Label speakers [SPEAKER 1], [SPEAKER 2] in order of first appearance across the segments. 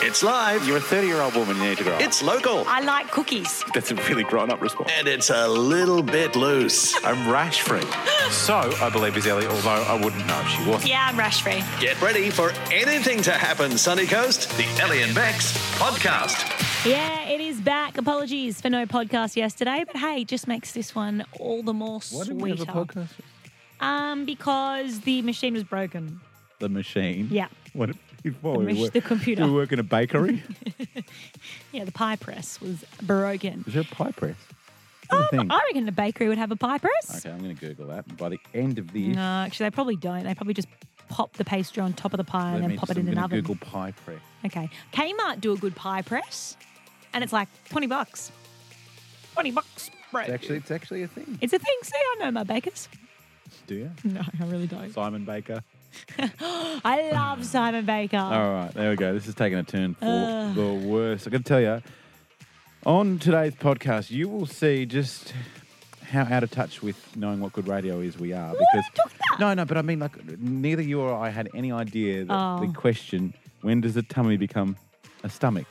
[SPEAKER 1] It's live.
[SPEAKER 2] You're a 30 year old woman, you need to grow up.
[SPEAKER 1] It's local.
[SPEAKER 3] I like cookies.
[SPEAKER 2] That's a really grown up response.
[SPEAKER 1] And it's a little bit loose.
[SPEAKER 2] I'm rash free. So, I believe is Ellie, although I wouldn't know if she was.
[SPEAKER 3] Yeah, I'm rash free.
[SPEAKER 1] Get ready for anything to happen, Sunny Coast. The Ellie and Bex podcast.
[SPEAKER 3] Yeah, it is back. Apologies for no podcast yesterday, but hey, just makes this one all the more
[SPEAKER 2] Why
[SPEAKER 3] sweeter.
[SPEAKER 2] did we have a podcast?
[SPEAKER 3] Um, because the machine was broken.
[SPEAKER 2] The machine.
[SPEAKER 3] Yeah,
[SPEAKER 2] What, before
[SPEAKER 3] The
[SPEAKER 2] we
[SPEAKER 3] mach-
[SPEAKER 2] work,
[SPEAKER 3] the computer.
[SPEAKER 2] We work in a bakery.
[SPEAKER 3] yeah, the pie press was broken.
[SPEAKER 2] is there a pie press?
[SPEAKER 3] Um,
[SPEAKER 2] What do you think?
[SPEAKER 3] I reckon a bakery would have a pie press.
[SPEAKER 2] Okay, I'm going to Google that. And by the end of this,
[SPEAKER 3] No, actually, they probably don't. They probably just pop the pastry on top of the pie
[SPEAKER 2] let
[SPEAKER 3] and
[SPEAKER 2] me
[SPEAKER 3] then pop
[SPEAKER 2] just-
[SPEAKER 3] it in
[SPEAKER 2] I'm
[SPEAKER 3] an
[SPEAKER 2] gonna
[SPEAKER 3] oven.
[SPEAKER 2] Google pie press.
[SPEAKER 3] Okay, Kmart do a good pie press, and it's like twenty bucks. Twenty bucks, bro.
[SPEAKER 2] It's actually, it's actually a thing.
[SPEAKER 3] It's a thing. See, I know my bakers.
[SPEAKER 2] Do you?
[SPEAKER 3] No, I really don't.
[SPEAKER 2] Simon Baker.
[SPEAKER 3] I love Simon Baker.
[SPEAKER 2] All right, there we go. This is taking a turn for
[SPEAKER 3] Ugh.
[SPEAKER 2] the worst. I got to tell you, on today's podcast, you will see just how out of touch with knowing what good radio is we are.
[SPEAKER 3] What are you talking about?
[SPEAKER 2] no, no, but I mean, like, neither you or I had any idea that
[SPEAKER 3] Oh.
[SPEAKER 2] the question "When does a tummy become a stomach?"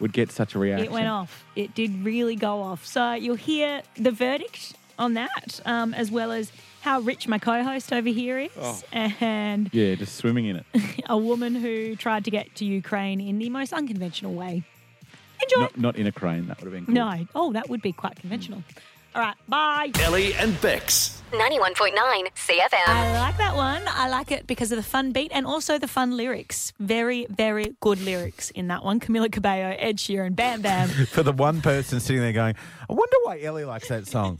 [SPEAKER 2] would get such a reaction.
[SPEAKER 3] It went off. It did really go off. So you'll hear the verdict on that, um, as well as how rich my co-host over here is,
[SPEAKER 2] Oh.
[SPEAKER 3] and
[SPEAKER 2] Yeah, just swimming in it.
[SPEAKER 3] a woman who tried to get to Ukraine in the most unconventional way. Enjoy.
[SPEAKER 2] not, not in a crane. That would have been cool.
[SPEAKER 3] No. Oh, that would be quite conventional. All right. Bye.
[SPEAKER 1] Ellie and Bex.
[SPEAKER 4] 91.9 CFM.
[SPEAKER 3] I like that one. I like it because of the fun beat and also the fun lyrics. Very, very good lyrics in that one. Camila Cabello, Ed Sheeran, Bam Bam.
[SPEAKER 5] for the one person sitting there going, I wonder why Ellie likes that song.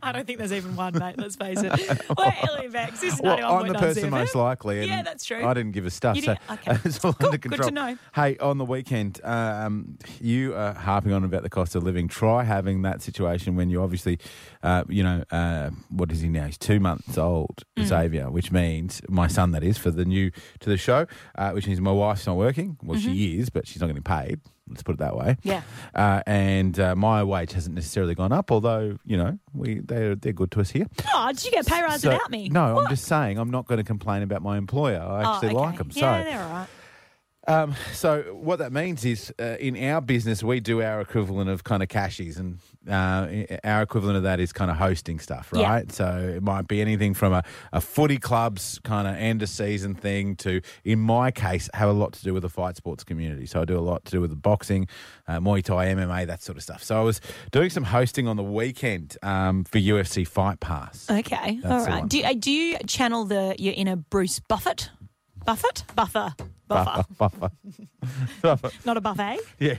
[SPEAKER 3] I don't think there's even one, mate. Let's face it. We're Ellie Vax. This is
[SPEAKER 5] Well,
[SPEAKER 3] 91.9
[SPEAKER 5] I'm the person
[SPEAKER 3] CFM.
[SPEAKER 5] most likely. And
[SPEAKER 3] Yeah, that's true.
[SPEAKER 5] I didn't give a stuff.
[SPEAKER 3] You
[SPEAKER 5] So
[SPEAKER 3] didn't- okay.
[SPEAKER 5] it's all
[SPEAKER 3] Cool.
[SPEAKER 5] under
[SPEAKER 3] Good to
[SPEAKER 5] control.
[SPEAKER 3] know.
[SPEAKER 5] Hey, on the weekend, um, you are harping on about the cost of living. Try having that situation when you obviously, uh, you know, uh, what is he now? He's two months old,
[SPEAKER 3] Mm.
[SPEAKER 5] Xavier, which means my son, that is, for the new to the show, uh, which means my wife's not working. Well, she is, but she's not getting paid. Let's put it that way.
[SPEAKER 3] Mm-hmm. Yeah.
[SPEAKER 5] Uh, and uh, my wage hasn't necessarily gone up, although, you know, we they're, they're good to us here.
[SPEAKER 3] Oh, did you get pay rise
[SPEAKER 5] So-
[SPEAKER 3] without me?
[SPEAKER 5] No,
[SPEAKER 3] What?
[SPEAKER 5] I'm just saying I'm not going to complain about my employer. I
[SPEAKER 3] Oh,
[SPEAKER 5] actually
[SPEAKER 3] okay.
[SPEAKER 5] like them. So,
[SPEAKER 3] Yeah, they're all right.
[SPEAKER 5] um, so what that means is uh, in our business we do our equivalent of kind of cashies, and uh, i- our equivalent of that is kind of hosting stuff,
[SPEAKER 3] Yeah.
[SPEAKER 5] right? So it might be anything from a, a footy club's kind of end of season thing to, in my case, have a lot to do with the fight sports community. So I do a lot to do with the boxing, uh, Muay Thai, MMA, that sort of stuff. So I was doing some hosting on the weekend um, for UFC Fight Pass.
[SPEAKER 3] Okay.
[SPEAKER 5] That's
[SPEAKER 3] all
[SPEAKER 5] the
[SPEAKER 3] right.
[SPEAKER 5] one.
[SPEAKER 3] Do you, uh, do you channel the your inner Bruce Buffett? Buffett? Buffer. Buffer. Not a buffet.
[SPEAKER 5] Yeah.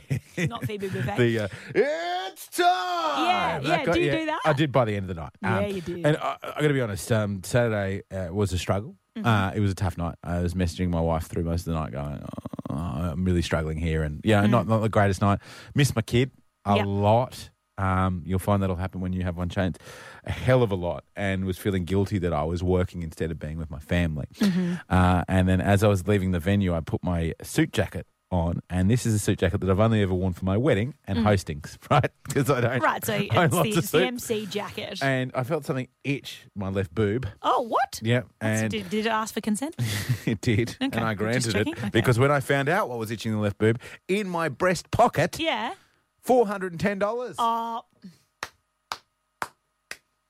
[SPEAKER 3] Not Phoebe Buffet.
[SPEAKER 5] the uh, it's time.
[SPEAKER 3] Yeah, yeah, do you do that?
[SPEAKER 5] I did by the end of the night. Um,
[SPEAKER 3] Yeah, you did.
[SPEAKER 5] And I, I got to be honest. Um, Saturday uh, was a struggle.
[SPEAKER 3] Mm-hmm.
[SPEAKER 5] Uh, it was a tough night. I was messaging my wife through most of the night, going, oh, "I'm really struggling here," and yeah,
[SPEAKER 3] Mm-hmm.
[SPEAKER 5] not not the greatest night. Missed my kid a
[SPEAKER 3] Yep.
[SPEAKER 5] lot. Um, you'll find that'll happen when you have one chance. A hell of a lot, and was feeling guilty that I was working instead of being with my family.
[SPEAKER 3] Mm-hmm.
[SPEAKER 5] Uh, and then as I was leaving the venue, I put my suit jacket on, and this is a suit jacket that I've only ever worn for my wedding and hostings, right? Because I don't
[SPEAKER 3] Mm. right. So it's,
[SPEAKER 5] own
[SPEAKER 3] the,
[SPEAKER 5] lots of
[SPEAKER 3] it's the
[SPEAKER 5] suits.
[SPEAKER 3] MC jacket.
[SPEAKER 5] And I felt something itch my left boob.
[SPEAKER 3] oh, what?
[SPEAKER 5] Yeah,
[SPEAKER 3] That's-
[SPEAKER 5] and
[SPEAKER 3] did, did it ask for consent?
[SPEAKER 5] it did,
[SPEAKER 3] Okay,
[SPEAKER 5] and I
[SPEAKER 3] just
[SPEAKER 5] granted it
[SPEAKER 3] checking, okay.
[SPEAKER 5] because when I found out what was itching the left boob, in my breast pocket,
[SPEAKER 3] yeah.
[SPEAKER 5] four hundred and ten dollars.
[SPEAKER 3] Uh,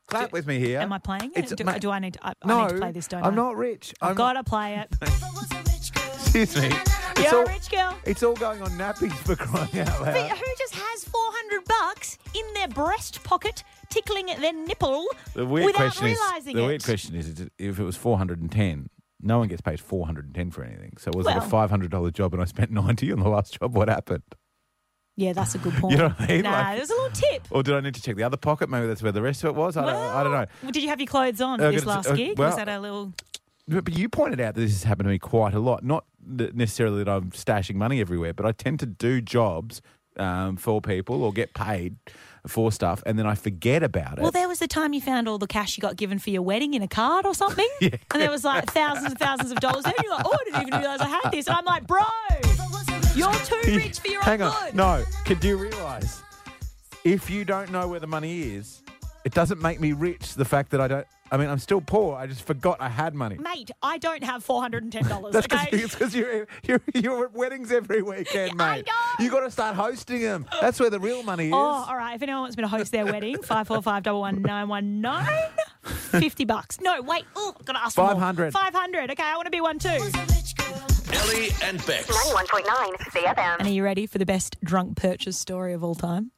[SPEAKER 5] Clap with me here.
[SPEAKER 3] Am I playing it?
[SPEAKER 5] It's-
[SPEAKER 3] Do,
[SPEAKER 5] ma-
[SPEAKER 3] do I need to, I,
[SPEAKER 5] no,
[SPEAKER 3] I need to play this, don't
[SPEAKER 5] I'm
[SPEAKER 3] I?
[SPEAKER 5] not rich.
[SPEAKER 3] I've
[SPEAKER 5] I'm
[SPEAKER 3] got to play it.
[SPEAKER 5] Excuse me. It's
[SPEAKER 3] You're
[SPEAKER 5] all,
[SPEAKER 3] a rich girl.
[SPEAKER 5] it's all going on nappies for crying out
[SPEAKER 3] But
[SPEAKER 5] loud.
[SPEAKER 3] who just has 400 bucks in their breast pocket, tickling at their nipple without realizing
[SPEAKER 5] the
[SPEAKER 3] it?
[SPEAKER 5] weird question is, is if it was four hundred and ten, no one gets paid four hundred and ten for anything. So was it a
[SPEAKER 3] Well-
[SPEAKER 5] five hundred dollar job and I spent ninety on the last job? What happened?
[SPEAKER 3] Yeah, that's a good point.
[SPEAKER 5] You know what I mean?
[SPEAKER 3] Nah,
[SPEAKER 5] Like-
[SPEAKER 3] there's a little tip.
[SPEAKER 5] Or did I need to check the other pocket? Maybe that's where the rest of it was. I, don't, I don't know.
[SPEAKER 3] Well, Did you have your clothes on
[SPEAKER 5] Uh,
[SPEAKER 3] for this
[SPEAKER 5] good-
[SPEAKER 3] last
[SPEAKER 5] uh,
[SPEAKER 3] gig?
[SPEAKER 5] well-
[SPEAKER 3] Was that a little.
[SPEAKER 5] But but you pointed out that this has happened to me quite a lot. Not that necessarily that I'm stashing money everywhere, but I tend to do jobs um, for people or get paid for stuff, and then I forget about it.
[SPEAKER 3] Well, there was the time you found all the cash you got given for your wedding in a card or something. And there was like thousands and thousands of dollars there. And you're like, oh, I didn't even realize I had this. And I'm like, bro, you're too rich for your
[SPEAKER 5] Hang
[SPEAKER 3] own
[SPEAKER 5] on.
[SPEAKER 3] good.
[SPEAKER 5] No. Could you realise if you don't know where the money is, It doesn't make me rich, the fact that I don't. I mean, I'm still poor. I just forgot I had money.
[SPEAKER 3] Mate, I don't have four hundred and ten dollars.
[SPEAKER 5] That's
[SPEAKER 3] okay.
[SPEAKER 5] because you're, you're, you're at weddings every weekend,
[SPEAKER 3] I
[SPEAKER 5] mate.
[SPEAKER 3] know.
[SPEAKER 5] you got to start hosting them. That's where the real money is.
[SPEAKER 3] Oh, all right. If anyone wants me to host their wedding, five four five double one nine one nine. Fifty bucks. No, wait. Oh, I've got to ask.
[SPEAKER 5] $500.
[SPEAKER 3] Five hundred. Okay, I want to be one too.
[SPEAKER 1] Ellie and Bex.
[SPEAKER 4] 91.9
[SPEAKER 3] And are
[SPEAKER 4] CFM.
[SPEAKER 3] you ready for the best drunk purchase story of all time?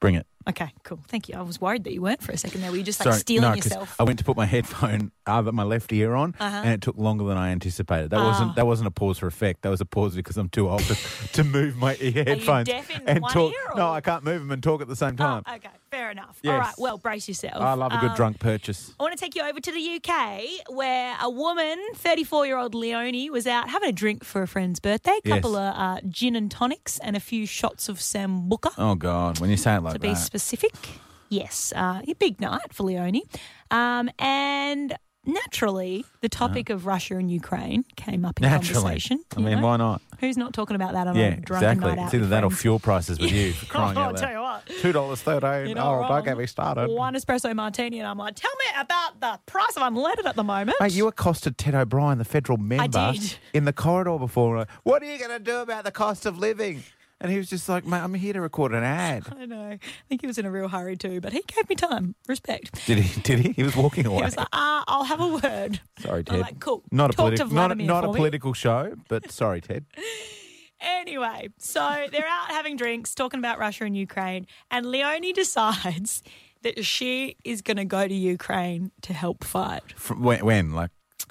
[SPEAKER 5] Bring it.
[SPEAKER 3] Okay, cool. Thank you. I was worried that you weren't for a second there. Were you just like
[SPEAKER 5] Sorry,
[SPEAKER 3] stealing
[SPEAKER 5] no, 'cause
[SPEAKER 3] yourself? Uh-huh.
[SPEAKER 5] I went to put my headphone, uh, my left ear on, and it took longer than I anticipated. That
[SPEAKER 3] Ah.
[SPEAKER 5] wasn't that wasn't a pause for effect. That was a pause because I'm too old to, to move my ear headphones
[SPEAKER 3] deaf in
[SPEAKER 5] and
[SPEAKER 3] one
[SPEAKER 5] talk.
[SPEAKER 3] ear or-
[SPEAKER 5] No, I can't move them and talk at the same
[SPEAKER 3] Oh,
[SPEAKER 5] time.
[SPEAKER 3] okay, fair enough.
[SPEAKER 5] uh, Yes.
[SPEAKER 3] All right, well, brace yourself.
[SPEAKER 5] I love a good
[SPEAKER 3] Um,
[SPEAKER 5] drunk purchase.
[SPEAKER 3] I want to take you over to the UK where a woman, 34 year old Leonie, was out having a drink for a friend's birthday, a
[SPEAKER 5] Yes.
[SPEAKER 3] couple of uh, gin and tonics and a few shots of Sambuca.
[SPEAKER 5] Oh God, when you say it like
[SPEAKER 3] to be
[SPEAKER 5] that,
[SPEAKER 3] specific. Yes, uh, a big night for Leonie. Um, and naturally, the topic of Russia and Ukraine came up in
[SPEAKER 5] naturally.
[SPEAKER 3] conversation.
[SPEAKER 5] I
[SPEAKER 3] you
[SPEAKER 5] mean,
[SPEAKER 3] know?
[SPEAKER 5] why not?
[SPEAKER 3] Who's not talking about that on
[SPEAKER 5] Yeah,
[SPEAKER 3] a drunken
[SPEAKER 5] exactly.
[SPEAKER 3] night out?
[SPEAKER 5] It's either
[SPEAKER 3] with
[SPEAKER 5] that or
[SPEAKER 3] friends? Oh,
[SPEAKER 5] fuel prices with you for crying
[SPEAKER 3] I'll
[SPEAKER 5] out
[SPEAKER 3] tell you
[SPEAKER 5] loud.
[SPEAKER 3] what.
[SPEAKER 5] Two dollars thirteen.
[SPEAKER 3] You're not
[SPEAKER 5] oh,
[SPEAKER 3] wrong.
[SPEAKER 5] don't get me started.
[SPEAKER 3] One espresso martini, and I'm like, tell me about the price of unleaded at the moment.
[SPEAKER 5] Mate, you accosted Ted O'Brien, the federal member,
[SPEAKER 3] did.
[SPEAKER 5] in the corridor before. and I- What are you going to do about the cost of living? And he was just like, "Mate, I'm here to record an ad."
[SPEAKER 3] I know. I think he was in a real hurry too, but he gave me time. Respect.
[SPEAKER 5] Did he? Did he? He was walking away.
[SPEAKER 3] He was like, ah, I'll have a word.
[SPEAKER 5] sorry,
[SPEAKER 3] I'm
[SPEAKER 5] Ted.
[SPEAKER 3] like, cool.
[SPEAKER 5] Not a
[SPEAKER 3] Talk to
[SPEAKER 5] political, not a,
[SPEAKER 3] Vladimir
[SPEAKER 5] not a
[SPEAKER 3] for me.
[SPEAKER 5] political show, but sorry, Ted.
[SPEAKER 3] Anyway, so they're out having drinks, talking about Russia and Ukraine, and Leonie decides that she is going to go to Ukraine to help fight.
[SPEAKER 5] From when, when? Like,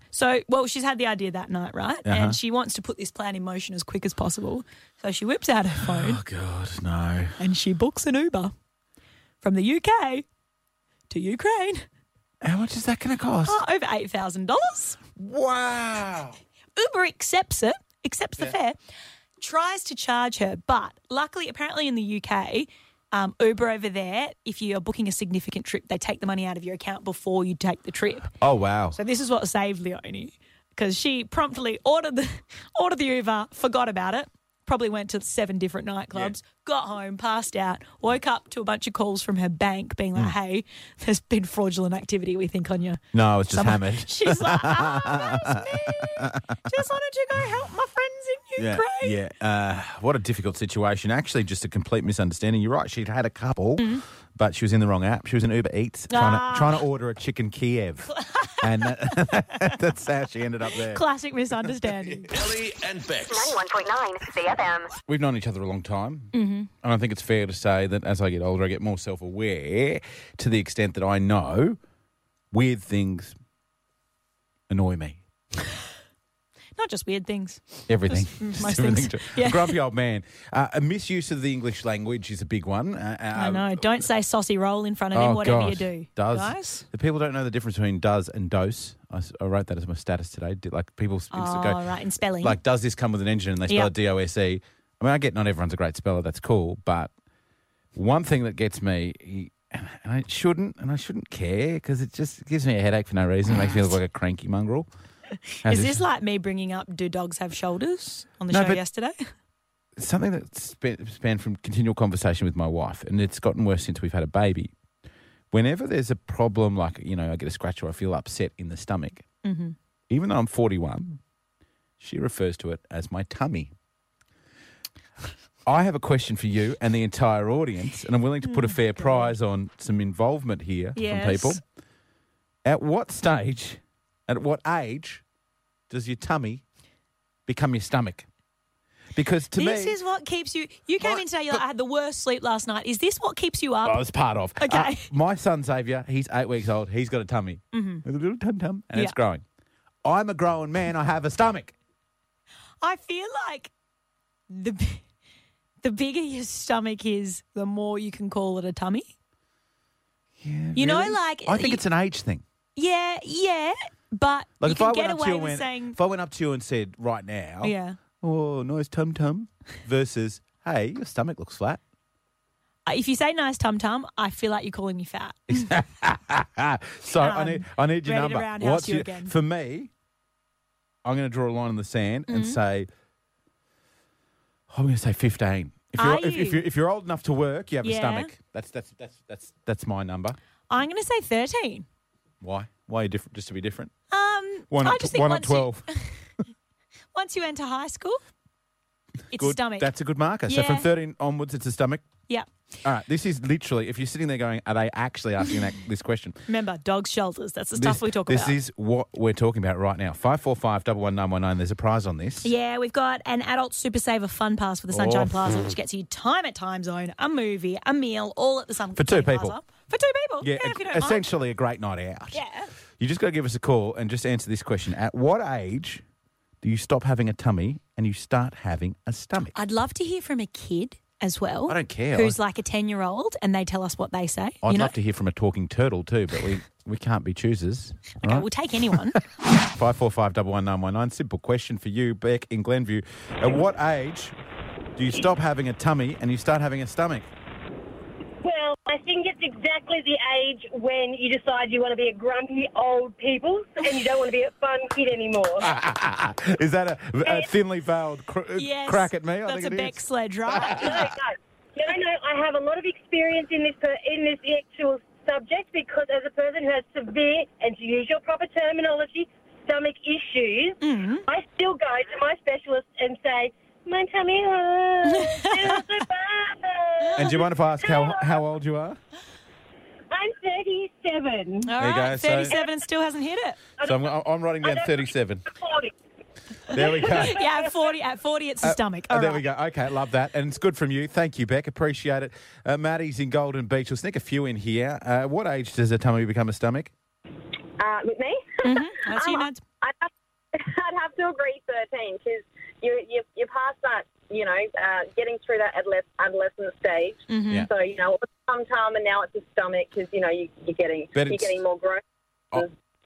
[SPEAKER 3] So, well, she's had the idea that night, right? And she wants to put this plan in motion as quick as possible. So she whips out her phone
[SPEAKER 5] oh god, no.
[SPEAKER 3] and she books an Uber from the UK to Ukraine
[SPEAKER 5] How much is that going to cost?
[SPEAKER 3] for over $8,000.
[SPEAKER 5] Wow.
[SPEAKER 3] Uber accepts it, accepts the fare, tries to charge her, but luckily, apparently in the UK, um, Uber over there, if you are booking a significant trip, they take the money out of your account before you take the trip.
[SPEAKER 5] Oh wow.
[SPEAKER 3] So this is what saved Leonie because she promptly ordered the ordered the Uber, forgot about it. Probably went to seven different nightclubs, got home, passed out, woke up to a bunch of calls from her bank being like, "Hey, there's been fraudulent activity. We think on you."
[SPEAKER 5] No, I was just
[SPEAKER 3] Someone-
[SPEAKER 5] hammered.
[SPEAKER 3] She's like, "Ah, that was me. Just wanted to go help my friends in
[SPEAKER 5] Yeah,
[SPEAKER 3] Ukraine."
[SPEAKER 5] yeah. Uh, what a difficult situation. Actually, just a complete misunderstanding. You're right. She'd had a couple, but she was in the wrong app. She was in Uber Eats trying,
[SPEAKER 3] Mm-hmm. Ah.
[SPEAKER 5] to, trying to order a chicken Kiev, and that, that's how she ended up there.
[SPEAKER 3] Classic misunderstanding.
[SPEAKER 1] Ellie and Bex.
[SPEAKER 4] 91.9 CFM.
[SPEAKER 5] We've known each other a long time, mm-hmm. and I think it's fair to say that as I get older, I get more self-aware to the extent that I know weird things annoy me.
[SPEAKER 3] Not just weird things.
[SPEAKER 5] Everything.
[SPEAKER 3] Just mm, most
[SPEAKER 5] Just
[SPEAKER 3] things.
[SPEAKER 5] too.
[SPEAKER 3] Yeah.
[SPEAKER 5] Grumpy old man. Uh, a misuse of the English language is a big one. Uh, uh,
[SPEAKER 3] I know. Don't say saucy roll in front of him, whatever you
[SPEAKER 5] Oh, gosh.
[SPEAKER 3] do.
[SPEAKER 5] Does.
[SPEAKER 3] Guys?
[SPEAKER 5] The people don't know the difference between does and dose. I, s- I wrote that as my status today. Did- Like people s-
[SPEAKER 3] Oh,
[SPEAKER 5] go,
[SPEAKER 3] right, in spelling.
[SPEAKER 5] like, does this come with an engine? And they spell
[SPEAKER 3] Yeah.
[SPEAKER 5] it D O S E. I mean, I get not everyone's a great speller. That's cool. But one thing that gets me, he- and I it shouldn't, and I shouldn't care because it just gives me a headache for no reason. It makes me look like a cranky mongrel. How's
[SPEAKER 3] Is this like me bringing up "Do dogs have shoulders" on the
[SPEAKER 5] No,
[SPEAKER 3] show
[SPEAKER 5] but-
[SPEAKER 3] yesterday?
[SPEAKER 5] something that span, spanned from continual conversation with my wife, and it's gotten worse since we've had a baby. Whenever there's a problem, like you know, I get a scratch or I feel upset in the stomach,
[SPEAKER 3] Mm-hmm.
[SPEAKER 5] even though I'm 41, she refers to it as my tummy. I have a question for you and the entire audience, and I'm willing to put a fair prize on some involvement here
[SPEAKER 3] Mm, Yes.
[SPEAKER 5] from people. At what stage, at what age, does your tummy become your stomach? Because to me,
[SPEAKER 3] this is what keeps you. You came
[SPEAKER 5] My-
[SPEAKER 3] in today. You're like, I had the worst sleep last night. Is this what keeps you
[SPEAKER 5] I
[SPEAKER 3] up?
[SPEAKER 5] was part of.
[SPEAKER 3] Okay.
[SPEAKER 5] Uh, my son Xavier, he's eight weeks old. He's got a tummy, mm-hmm. a little tum tum, and it's
[SPEAKER 3] Yeah.
[SPEAKER 5] growing. I'm a grown man. I have a stomach.
[SPEAKER 3] I feel like the b- the bigger your stomach is, the more you can call it a tummy.
[SPEAKER 5] Yeah,
[SPEAKER 3] You know, like,
[SPEAKER 5] I think
[SPEAKER 3] you-
[SPEAKER 5] it's an age thing.
[SPEAKER 3] Yeah, yeah, but
[SPEAKER 5] Like
[SPEAKER 3] you
[SPEAKER 5] if I went
[SPEAKER 3] can get
[SPEAKER 5] up to
[SPEAKER 3] away
[SPEAKER 5] you
[SPEAKER 3] with
[SPEAKER 5] and
[SPEAKER 3] saying,
[SPEAKER 5] if I went up to you and said right now,
[SPEAKER 3] yeah.
[SPEAKER 5] oh nice tum tum, versus hey your stomach looks flat.
[SPEAKER 3] Uh, If you say nice tum tum, I feel like you're calling me fat.
[SPEAKER 5] So I
[SPEAKER 3] Um,
[SPEAKER 5] need I need your
[SPEAKER 3] ready to
[SPEAKER 5] number.
[SPEAKER 3] roundhouse you
[SPEAKER 5] your-
[SPEAKER 3] again.
[SPEAKER 5] for me? I'm going to draw a line in the sand and
[SPEAKER 3] Mm-hmm.
[SPEAKER 5] say I'm going to say 15. If
[SPEAKER 3] Are
[SPEAKER 5] you're, If, if
[SPEAKER 3] you?
[SPEAKER 5] you're if you're old enough to work, you have
[SPEAKER 3] Yeah.
[SPEAKER 5] a stomach. That's that's that's that's that's my number.
[SPEAKER 3] I'm going to say 13.
[SPEAKER 5] Why? Why are you different? Just to be different?
[SPEAKER 3] Um,
[SPEAKER 5] Why
[SPEAKER 3] I
[SPEAKER 5] not, tw-
[SPEAKER 3] just think
[SPEAKER 5] why not
[SPEAKER 3] once, you,
[SPEAKER 5] 12?
[SPEAKER 3] once you enter high school, it's
[SPEAKER 5] good.
[SPEAKER 3] stomach.
[SPEAKER 5] That's a good marker. So
[SPEAKER 3] Yeah.
[SPEAKER 5] from 13 onwards, it's a stomach.
[SPEAKER 3] yeah.
[SPEAKER 5] All right. This is literally, if you're sitting there going, are they actually asking that, this question?
[SPEAKER 3] Remember, dog shoulders. That's the
[SPEAKER 5] This-
[SPEAKER 3] stuff we talk
[SPEAKER 5] this
[SPEAKER 3] about.
[SPEAKER 5] is what we're talking about right now. 545 11919. There's a prize on this.
[SPEAKER 3] Yeah, we've got an adult super saver fun pass for the Sunshine
[SPEAKER 5] Oh.
[SPEAKER 3] Plaza, which gets you time at time zone, a movie, a meal, all at the Sunshine
[SPEAKER 5] For two
[SPEAKER 3] Plaza.
[SPEAKER 5] people.
[SPEAKER 3] For two people. Yeah,
[SPEAKER 5] Yeah,
[SPEAKER 3] if you don't mind.
[SPEAKER 5] essentially a great night out.
[SPEAKER 3] Yeah.
[SPEAKER 5] You just got to give us a call and just answer this question. At what age do you stop having a tummy and you start having a stomach?
[SPEAKER 3] I'd love to hear from a kid as well.
[SPEAKER 5] I don't care.
[SPEAKER 3] Who's
[SPEAKER 5] I-
[SPEAKER 3] like a 10 year old and they tell us what they say.
[SPEAKER 5] I'd
[SPEAKER 3] you know?
[SPEAKER 5] love to hear from a talking turtle too, but we, we can't be choosers.
[SPEAKER 3] Okay, we'll take anyone.
[SPEAKER 5] Five four five double one nine one nine. Simple question for you, Beck in Glenview. At what age do you stop having a tummy and you start having a stomach?
[SPEAKER 6] Well, I think it's exactly the age when you decide you want to be a grumpy old people and you don't want to be a fun kid anymore.
[SPEAKER 5] Ah. Is that a, a thinly veiled cr- uh,
[SPEAKER 3] yes.
[SPEAKER 5] crack at me? I
[SPEAKER 3] that's
[SPEAKER 5] think
[SPEAKER 3] a
[SPEAKER 5] it
[SPEAKER 3] Beck
[SPEAKER 5] is.
[SPEAKER 3] sled, right?
[SPEAKER 6] No, no, no, no. I have a lot of experience in this per- in this actual subject because as a person who has severe, and to use your proper terminology, stomach issues, I still go to my specialist and say, "My tummy hurts. It's so bad."
[SPEAKER 5] And do you mind if I ask how, how old you are?
[SPEAKER 6] I'm
[SPEAKER 3] All
[SPEAKER 6] 37.
[SPEAKER 5] There you
[SPEAKER 3] right,
[SPEAKER 5] go, so-
[SPEAKER 3] 37 and still hasn't hit it.
[SPEAKER 5] So I'm, I'm writing down 37.
[SPEAKER 6] Forty.
[SPEAKER 5] There we go.
[SPEAKER 3] Yeah, at 40, at 40 it's the stomach.
[SPEAKER 5] Uh,
[SPEAKER 3] All right.
[SPEAKER 5] there we go. Okay, love that. And it's good from you. Thank you, Beck. Appreciate it. Uh, Maddie's in Golden Beach. We'll sneak a few in here. Uh, what age does a tummy become a stomach?
[SPEAKER 7] Uh, with me?
[SPEAKER 3] Mm-hmm. That's you, Mads.
[SPEAKER 7] I'd, have, I'd have to agree 13 because you, you, you're past that, you know, uh, getting through that adoles- adolescent stage.
[SPEAKER 5] Yeah.
[SPEAKER 7] So, you know, it was some time and now it's a stomach because, you know, you, you're getting
[SPEAKER 5] But
[SPEAKER 7] you're
[SPEAKER 5] it's-
[SPEAKER 7] getting more grown.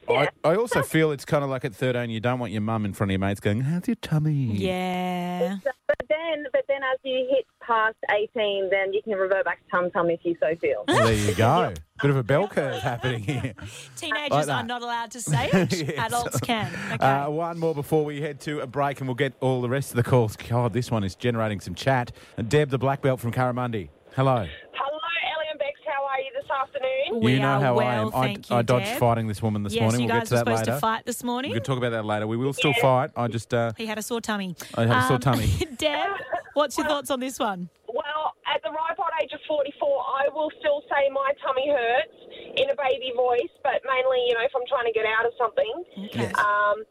[SPEAKER 5] I, I also feel it's kind of like at 13, you don't want your mum in front of your mates going, How's your tummy?
[SPEAKER 3] Yeah.
[SPEAKER 7] But then, but then as you hit past 18, then you can revert back to tum tum if you so feel.
[SPEAKER 5] Well, there you go. Bit of a bell curve happening here.
[SPEAKER 3] Teenagers are
[SPEAKER 5] that.
[SPEAKER 3] not allowed to say it. Adults can. Okay.
[SPEAKER 5] Uh, one more before we head to a break, and we'll get all the rest of the calls. God, this one is generating some chat. And Deb, the black belt from Karamundi. Hello.
[SPEAKER 7] Hello, Ellie and Bex. How are you this afternoon?
[SPEAKER 3] we
[SPEAKER 5] you know
[SPEAKER 3] are
[SPEAKER 5] how
[SPEAKER 3] well,
[SPEAKER 5] I am. I,
[SPEAKER 3] Thank you,
[SPEAKER 5] I dodged
[SPEAKER 3] Deb.
[SPEAKER 5] fighting this woman this
[SPEAKER 3] Yes,
[SPEAKER 5] morning.
[SPEAKER 3] you
[SPEAKER 5] we'll
[SPEAKER 3] guys
[SPEAKER 5] get to that
[SPEAKER 3] were supposed
[SPEAKER 5] later.
[SPEAKER 3] to fight this morning.
[SPEAKER 5] We can talk about that later. We will still fight. I just uh,
[SPEAKER 3] He had a sore tummy. Um,
[SPEAKER 5] I had a sore tummy.
[SPEAKER 3] Deb, what's your thoughts on this one?
[SPEAKER 8] Well, at the ripe old age of 44, I will still say my tummy hurts in a baby voice, but mainly, you know, if I'm trying to get out of something.
[SPEAKER 3] Okay.
[SPEAKER 8] Um,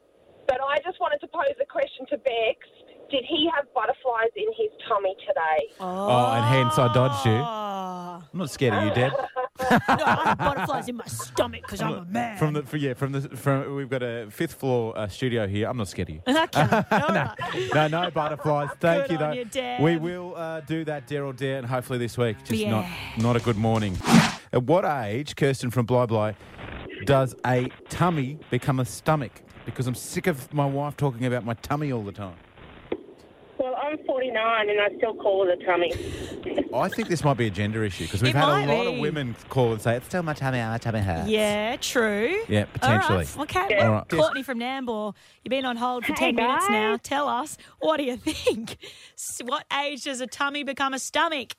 [SPEAKER 8] but I just wanted to pose a question to Bex. Did he have butterflies in his tummy today?
[SPEAKER 5] oh, and hence I dodged you. I'm
[SPEAKER 3] Ah.
[SPEAKER 5] not scared of you, Deb.
[SPEAKER 3] no, I have butterflies in my stomach because I'm a man.
[SPEAKER 5] From the from, yeah from the from we've got a fifth floor uh, studio here. I'm not scared of you.
[SPEAKER 3] Okay. all right.
[SPEAKER 5] No, no butterflies. Thank
[SPEAKER 3] Good
[SPEAKER 5] you, though.
[SPEAKER 3] on you, Deb.
[SPEAKER 5] We will uh, do that, Dare or Dare, and hopefully this week. Just
[SPEAKER 3] Yeah.
[SPEAKER 5] not not a good morning. At what age, Kirsten from Bly Bly, does a tummy become a stomach? Because I'm sick of my wife talking about my tummy all the time.
[SPEAKER 6] Well, I'm 49 and I still call it a tummy.
[SPEAKER 5] I think this might be a gender issue because we've
[SPEAKER 3] It
[SPEAKER 5] had a
[SPEAKER 3] might
[SPEAKER 5] lot
[SPEAKER 3] be.
[SPEAKER 5] of women call and say, it's still my tummy, my tummy hurts.
[SPEAKER 3] Yeah, true.
[SPEAKER 5] Yeah, potentially.
[SPEAKER 3] All right. Okay. well,
[SPEAKER 5] All right.
[SPEAKER 3] Courtney from Nambour, you've been on hold for
[SPEAKER 6] Hey,
[SPEAKER 3] 10 minutes
[SPEAKER 6] guys.
[SPEAKER 3] now. Tell us, what do you think? S- What age does a tummy become a stomach?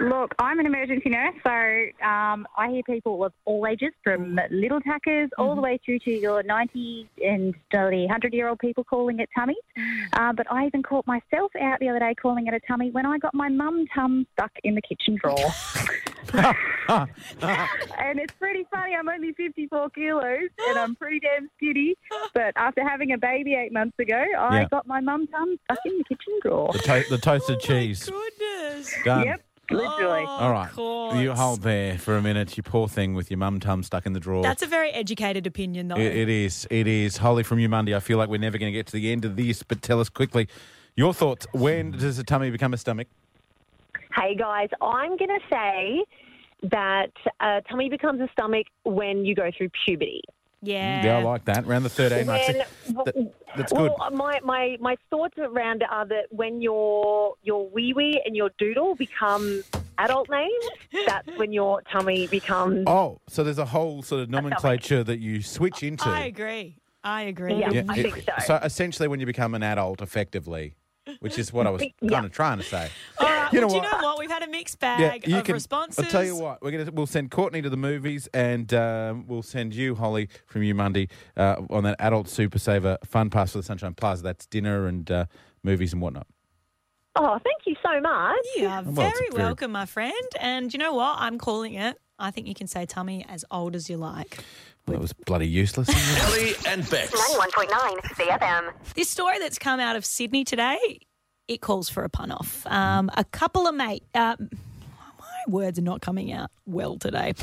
[SPEAKER 9] Look, I'm an emergency nurse, so um, I hear people of all ages, from little tackers all
[SPEAKER 5] Mm-hmm.
[SPEAKER 9] the way through to your 90 and nearly 100 year old people calling it tummy.
[SPEAKER 5] Mm.
[SPEAKER 9] Uh, but I even caught myself out the other day calling it a tummy when I got my mum tum stuck in the kitchen drawer. and it's pretty funny. I'm only 54 kilos and I'm pretty damn skinny. But after having a baby eight months ago, I
[SPEAKER 5] Yeah.
[SPEAKER 9] got my mum tum stuck in the kitchen drawer.
[SPEAKER 5] The, to- the
[SPEAKER 3] Oh
[SPEAKER 5] toasted cheese.
[SPEAKER 3] Goodness.
[SPEAKER 5] Done.
[SPEAKER 9] Yep, literally.
[SPEAKER 3] Oh,
[SPEAKER 5] All right.
[SPEAKER 3] Courts.
[SPEAKER 5] You hold there for a minute, you poor thing with your mum tum stuck in the drawer.
[SPEAKER 3] That's a very educated opinion, though.
[SPEAKER 5] It, it is. It is. Holy from you Monday. I feel like we're never going to get to the end of this, but tell us quickly your thoughts. When does a tummy become a stomach?
[SPEAKER 7] Hey guys, I'm going to say that uh, tummy becomes a stomach when you go through puberty.
[SPEAKER 3] yeah.
[SPEAKER 5] Yeah, I like that. Around the 13 mark.
[SPEAKER 7] When,
[SPEAKER 5] That- that's good.
[SPEAKER 7] well, uh, my, my, my thoughts around it are that when your your wee wee and your doodle become adult names, that's when your tummy becomes.
[SPEAKER 5] Oh, so there's a whole sort of nomenclature that you switch into.
[SPEAKER 3] I agree. I agree.
[SPEAKER 7] Yeah. I
[SPEAKER 5] it-
[SPEAKER 7] think so.
[SPEAKER 5] essentially, when you become an adult, effectively, which is what I was kind of trying to say.
[SPEAKER 3] All right. Uh,
[SPEAKER 5] You know
[SPEAKER 3] well, do you
[SPEAKER 5] what?
[SPEAKER 3] know what? We've had a mixed bag
[SPEAKER 5] you
[SPEAKER 3] of responses.
[SPEAKER 5] I'll tell you what. We're gonna we'll send Courtney to the movies, and um, we'll send you Holly from you Monday uh, on that adult super saver fun pass for the Sunshine Plaza. That's dinner and uh, movies and whatnot.
[SPEAKER 7] Oh, thank you so much.
[SPEAKER 3] You are
[SPEAKER 5] Well, it's
[SPEAKER 3] very
[SPEAKER 5] a very-
[SPEAKER 3] welcome, my friend. And you know what? I'm calling it. I think you can say tummy as old as you like.
[SPEAKER 5] Well, that was bloody useless.
[SPEAKER 1] Ellie and Bex.
[SPEAKER 4] 91.9 CFM.
[SPEAKER 3] This story that's come out of Sydney today, it calls for a pun off. Um, a couple of mate, uh, my words are not coming out well today.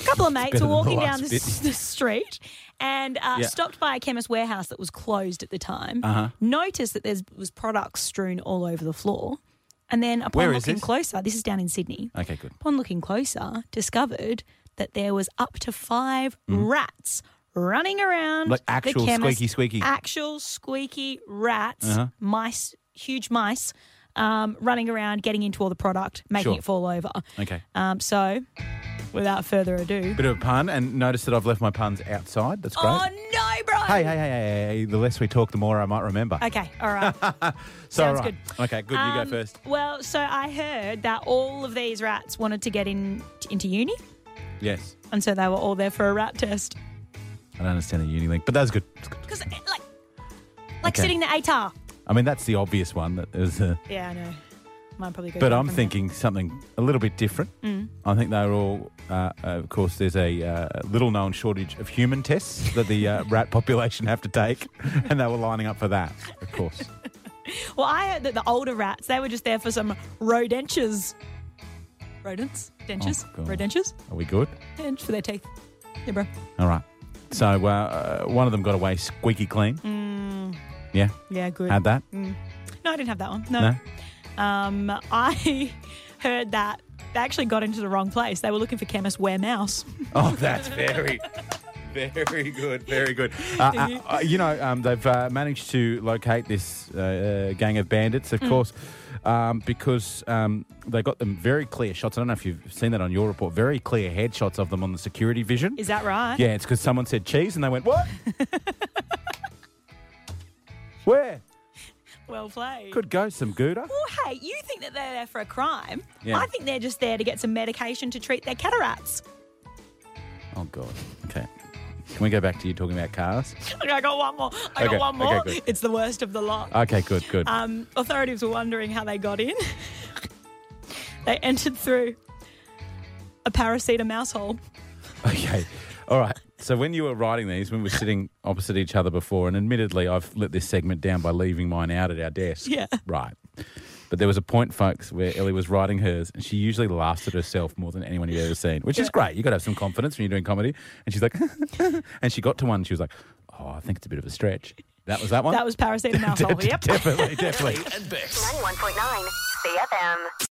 [SPEAKER 3] A couple of mates
[SPEAKER 5] better
[SPEAKER 3] were
[SPEAKER 5] than the
[SPEAKER 3] walking down
[SPEAKER 5] last
[SPEAKER 3] the,
[SPEAKER 5] bit.
[SPEAKER 3] s- the street and uh,
[SPEAKER 5] Yeah. Uh-huh.
[SPEAKER 3] stopped by a chemist warehouse that was closed at the time. Noticed that there was products strewn all over the floor, and then upon
[SPEAKER 5] Where is
[SPEAKER 3] looking
[SPEAKER 5] this?
[SPEAKER 3] closer, this is down in Sydney.
[SPEAKER 5] okay, good.
[SPEAKER 3] Upon looking closer, discovered that there was up to five rats running around.
[SPEAKER 5] Mm-hmm. Like
[SPEAKER 3] the
[SPEAKER 5] actual
[SPEAKER 3] chemist.
[SPEAKER 5] squeaky, squeaky.
[SPEAKER 3] Actual squeaky rats,
[SPEAKER 5] Uh-huh.
[SPEAKER 3] mice, huge mice, um, running around, getting into all the product, making
[SPEAKER 5] Sure.
[SPEAKER 3] it fall over.
[SPEAKER 5] Okay.
[SPEAKER 3] Um, so, without further ado.
[SPEAKER 5] Bit of a pun, and notice that I've left my puns outside. That's great.
[SPEAKER 3] Oh, no, bro!
[SPEAKER 5] Hey, hey, hey, hey, hey, the less we talk, the more I might remember.
[SPEAKER 3] Okay, all right.
[SPEAKER 5] so,
[SPEAKER 3] sounds
[SPEAKER 5] right.
[SPEAKER 3] good.
[SPEAKER 5] Okay, good. You
[SPEAKER 3] Um,
[SPEAKER 5] go first.
[SPEAKER 3] Well, so I heard that all of these rats wanted to get in into uni,
[SPEAKER 5] Yes.
[SPEAKER 3] and so they were all there for a rat test.
[SPEAKER 5] I don't understand the uni link, but that's good. It's good.
[SPEAKER 3] Because, like, like
[SPEAKER 5] Okay.
[SPEAKER 3] sitting the ATAR.
[SPEAKER 5] I mean, that's the obvious one. That is, uh,
[SPEAKER 3] Yeah, I know. Mine probably goes
[SPEAKER 5] but
[SPEAKER 3] down
[SPEAKER 5] I'm
[SPEAKER 3] from Mm.
[SPEAKER 5] thinking something a little bit different. I think they're all, uh, of course, there's a uh, little known shortage of human tests that the uh, rat population have to take, and they were lining up for that, of course.
[SPEAKER 3] there. Well, I heard that the older rats, they were just there for some rodentures. Rodents? Dentures?
[SPEAKER 5] God.
[SPEAKER 3] rodentures?
[SPEAKER 5] Are we good?
[SPEAKER 3] Dent for their teeth. Yeah, bro.
[SPEAKER 5] All right. So uh, uh, one of them got away squeaky clean. Yeah,
[SPEAKER 3] Yeah, good.
[SPEAKER 5] had that.
[SPEAKER 3] Mm. No, I didn't have that one.
[SPEAKER 5] No.
[SPEAKER 3] No. Um, I heard that they actually got into the wrong place. They were looking for chemist Ware Mouse.
[SPEAKER 5] Oh, that's very, very good, very good. Uh, uh, uh, you know, um, they've uh, managed to locate this uh, uh, gang of bandits, of course, um, because um, they got them very clear shots. I don't know if you've seen that on your report. Very clear headshots of them on the security vision.
[SPEAKER 3] Is that right?
[SPEAKER 5] yeah, it's because someone said cheese and they went what? Where?
[SPEAKER 3] Well played.
[SPEAKER 5] Could go some gouda.
[SPEAKER 3] Well, hey, you think that they're there for a crime.
[SPEAKER 5] Yeah.
[SPEAKER 3] I think they're just there to get some medication to treat their cataracts.
[SPEAKER 5] Oh God. Okay. Can we go back to you talking about cars?
[SPEAKER 3] Okay, I got one more. I
[SPEAKER 5] Okay,
[SPEAKER 3] got one
[SPEAKER 5] okay,
[SPEAKER 3] more.
[SPEAKER 5] good.
[SPEAKER 3] it's the worst of the lot.
[SPEAKER 5] Okay, good, good.
[SPEAKER 3] Um, authorities were wondering how they got in. they entered through a parasita mouse hole.
[SPEAKER 5] Okay. All right. So when you were writing these, when we were sitting opposite each other before, and admittedly, I've let this segment down by leaving mine out at our desk.
[SPEAKER 3] Yeah.
[SPEAKER 5] Right. But there was a point, folks, where Ellie was writing hers, and she usually laughs at herself more than anyone you've ever seen, which is great. You've got to have some confidence when you're doing comedy. And she's like, and she got to one, she was like, oh, I think it's a bit of a stretch. That was that one?
[SPEAKER 3] That was parasita mouse hole. Yep.
[SPEAKER 5] definitely, definitely.
[SPEAKER 1] Ellie and Bex.
[SPEAKER 4] 91.9 CFM.